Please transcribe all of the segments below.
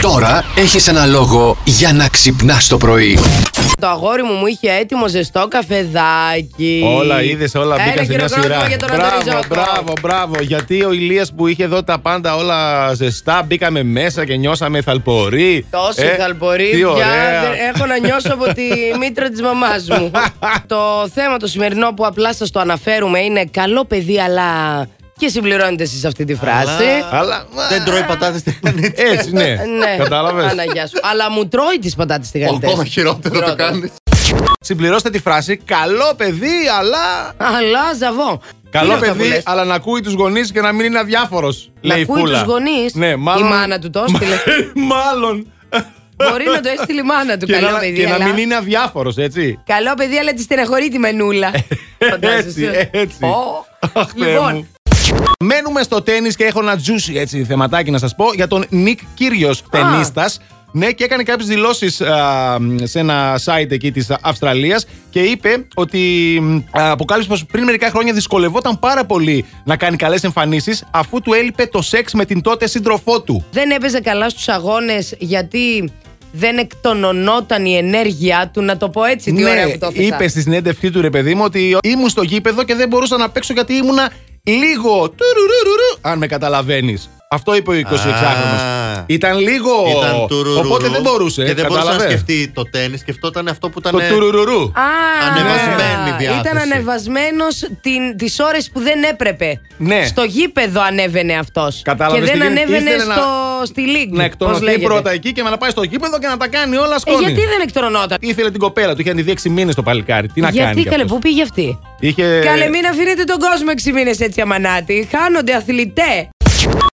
Τώρα έχεις ένα λόγο για να ξυπνάς το πρωί. Το αγόρι μου μου είχε έτοιμο ζεστό καφεδάκι. Όλα είδες, όλα μπήκαν σε μια σειρά. Για τον Μπράβο, Αντωνίζακο. μπράβο, μπράβο. Γιατί ο Ηλίας που είχε εδώ τα πάντα όλα ζεστά, μπήκαμε μέσα και νιώσαμε θαλπορή. Τόσο Ε, θαλπορή, τι πια ωραία. δεν έχω να νιώσω από τη μήτρα της μαμάς μου. το θέμα το σημερινό που απλά σας το αναφέρουμε είναι καλό παιδί, αλλά και συμπληρώνετε εσείς αυτή τη φράση. Αλλά. Δεν τρώει πατάτες στην κανένα. Έτσι, ναι. ναι, Κατάλαβες. Αναγιά σου. Αλλά μου τρώει τις πατάτες τηγανιτές. Ακόμα χειρότερο το κάνεις. Συμπληρώστε τη φράση. Καλό παιδί, αλλά. Αλλά ζαβό. Είναι Καλό αυτό που παιδί, λες. αλλά να ακούει τους γονείς και να μην είναι αδιάφορος. Να Λέει η ακούει φούλα. τους γονείς. Ναι, Η μάλλον. μάνα του το έστειλε. μάλλον. Μπορεί να το έστειλε η μάνα του. Και καλό να- παιδί, και να αλλά... μην είναι αδιάφορος, έτσι. Καλό παιδί, αλλά τη στεναχωρεί τη μενούλα. Φαντάζεσαι. Ε, έτσι. Ω. Αχ, Θεέ μου. Λοιπόν, Μένουμε στο τέννη και έχω ένα juicy έτσι, θεματάκι να σας πω για τον Νικ Κύριος, τενίστας. Ναι, και έκανε κάποιες δηλώσεις σε ένα site εκεί της Αυστραλίας και είπε ότι μ, α, αποκάλυψε πως πριν μερικά χρόνια δυσκολευόταν πάρα πολύ να κάνει καλές εμφανίσεις αφού του έλειπε το σεξ με την τότε σύντροφό του. δεν έπαιζε καλά στους αγώνες γιατί δεν εκτονωνόταν η ενέργειά του. Να το πω έτσι, Ναι, τι ωραία που το έθεσα. είπε στη συνέντευξή του ρε παιδί μου ότι ήμουν στο γήπεδο και δεν μπορούσα να παίξω γιατί ήμουνα λίγο. τουρουρουρουρου, Αν με καταλαβαίνεις. Αυτό είπε ο 26χρονο. Α. Ήταν λίγο. Ήταν τουρουρουρου Οπότε δεν μπορούσε. Και δεν μπορούσε να καταλαβες. σκεφτεί Ναι. το τέννη, σκεφτόταν αυτό που ήταν. Το τουρουρουρού. Α, Ανεβασμένη ναι. διάθεση. Ήταν ανεβασμένος τις ώρες που δεν έπρεπε. Ναι. Στο γήπεδο ανέβαινε αυτός. Και Κατάλαβες δεν τι γίνεται. ανέβαινε Ήθελε να- στο... στη Λίγκ. Να Πώς εκτονωθεί λέγεται. πρώτα εκεί και να πάει στο γήπεδο και να τα κάνει όλα Ε, σκόνη. γιατί δεν εκτονωνόταν. Ήθελε την κοπέλα του, είχε αντιδεί 6 μήνες το παλικάρι. Τι να κάνει. γιατί κι καλέ, αυτός. πού πήγε αυτή. Είχε... Καλέ, μην αφήνετε τον κόσμο 6 μήνες έτσι αμανάτη. Χάνονται αθλητέ.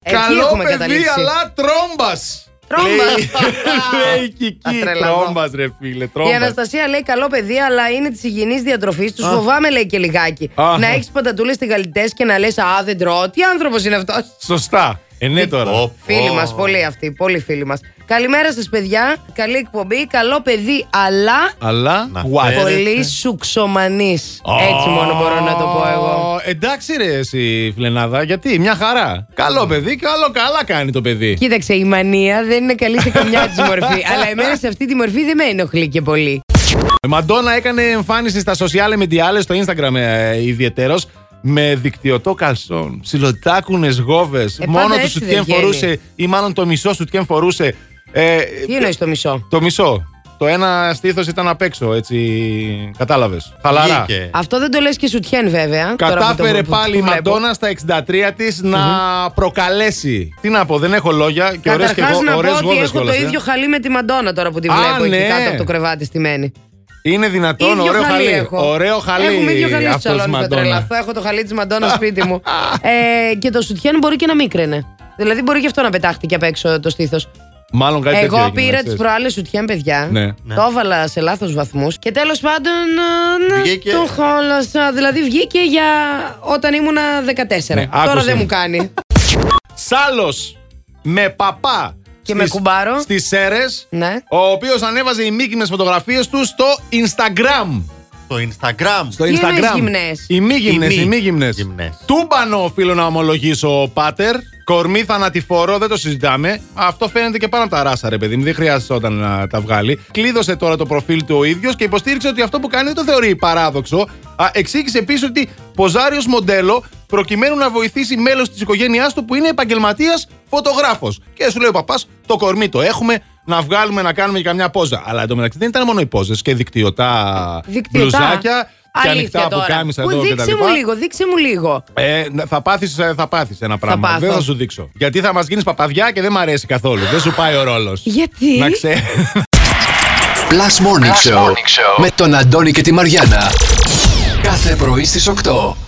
Εκεί Καλό έχουμε παιδί, καταλήξει. αλλά τρόμπας. Τρόμπας. Λέει η Κική. Θα τρελαθώ. Τρόμπας ρε φίλε, Η τρόμπας. Αναστασία λέει καλό παιδί, αλλά είναι της υγιεινής διατροφής. Του φοβάμαι, λέει και λιγάκι. Α. Να έχεις πατατούλες γαλιτές και να λες Α, δεν τρώω. Τι άνθρωπος είναι αυτός. Σωστά. Ε, ναι τώρα. Ω, Φίλοι ω. μας, πολύ αυτοί, πολύ φίλοι μας. Καλημέρα σας, παιδιά. Καλή εκπομπή. Καλό παιδί, αλλά Αλλά. Να what? φέρετε. πολύ σουξομανή. Έτσι μόνο μπορώ να το πω εγώ. Ω, Εντάξει ρε εσύ φιλενάδα, γιατί μια χαρά. Ναι. Καλό παιδί, καλό καλά κάνει το παιδί. Κοίταξε, η μανία δεν είναι καλή σε καμιά τη μορφή. αλλά εμένα σε αυτή τη μορφή δεν με ενοχλεί και πολύ. Η Ε, Μαντόνα έκανε εμφάνιση στα social media, στο Instagram ε, ιδιαιτέρως, με δικτυωτό καλσόν, ψιλοτάκουνες γόβες, Ε, πάντα μόνο το έτσι σουτιέν δεν φορούσε βγαίνει. ή μάλλον το μισό σουτιέν φορούσε. Ε, Τι εννοείς το μισό. το μισό. Το ένα στήθος ήταν απ' έξω, έτσι. Κατάλαβες. Χαλαρά. Βγήκε. Αυτό δεν το λες και σουτιέν, βέβαια. τώρα που το- Ε. Κατάφερε που το πάλι η βλέπω. Μαντόνα στα 63 της να προκαλέσει. Τι να πω, δεν έχω λόγια και ωραίες και Καταρχά να ωραίε πω ότι γόβες έχω το ίδιο χαλί με τη Μαντόνα τώρα που τη ε. Α, βλέπω εκεί ναι. κάτω από το κρεβάτι στη μένη. Είναι δυνατόν, ίδιο ωραίο χαλί. έχω. Ωραίο χαλί. Έχουμε ίδιο χαλί στο αυτό της σαλόνι, θα Μαντόνα. τρελαθώ. Έχω το χαλί της Μαντόνα σπίτι μου. ε, και το σουτιέν μπορεί και να μίκραινε. Δηλαδή μπορεί και αυτό να πετάχτηκε απ' έξω το στήθος. Μάλλον κάτι τέτοιο Εγώ έγινε, πήρα ξέρεις. τι προάλλες σουτιέν, παιδιά. Ναι. Το έβαλα σε λάθος βαθμούς. Και τέλος πάντων. α, να Βγήκε. Το χόλασα. Δηλαδή βγήκε για όταν ήμουνα 14. Ναι, Τώρα άκουσε δεν με. μου κάνει. Σάλος με παπά. Και με κουμπάρο. Στις Σέρες. ναι. Ο οποίος ανέβαζε οι μήκυνε φωτογραφίες του στο Instagram. Το Instagram. Στο Τι εννοείς Instagram. γυμνές? Οι μη γυμνές. Οι μη Οι μη γυμνές. γυμνές. Τούμπανο, οφείλω να ομολογήσω, πάτερ. Κορμί θανατηφόρο, δεν το συζητάμε. Αυτό φαίνεται και πάνω από τα ράσα, ρε παιδί μου. Δεν χρειάζεται να τα βγάλει. Κλείδωσε τώρα το προφίλ του ο ίδιος και υποστήριξε ότι αυτό που κάνει δεν το θεωρεί παράδοξο. Α, εξήγησε επίσης ότι ποζάριο μοντέλο προκειμένου να βοηθήσει μέλος της οικογένειάς του που είναι επαγγελματίας φωτογράφος. Και σου λέει ο παπάς, το κορμί το έχουμε, να βγάλουμε να κάνουμε και καμιά πόζα. Αλλά εντωμεταξύ δεν ήταν μόνο οι πόζες και δικτυωτά, Δικτυωτά. μπλουζάκια και Αλήθεια ανοιχτά τώρα. από κάμισα Που εδώ και τα Δείξε μου λοιπά. λίγο, δείξε μου λίγο. Ε, να- θα πάθεις, ε, θα πάθεις ένα πράγμα. πάθω. δεν θα σου δείξω. Γιατί θα μας γίνεις παπαδιά και δεν μ' αρέσει καθόλου. δεν σου πάει ο ρόλος. Γιατί? Να ξέρεις. Plus Morning, Show, με τον Αντώνη και τη Μαριάνα. Κάθε πρωί στις 8.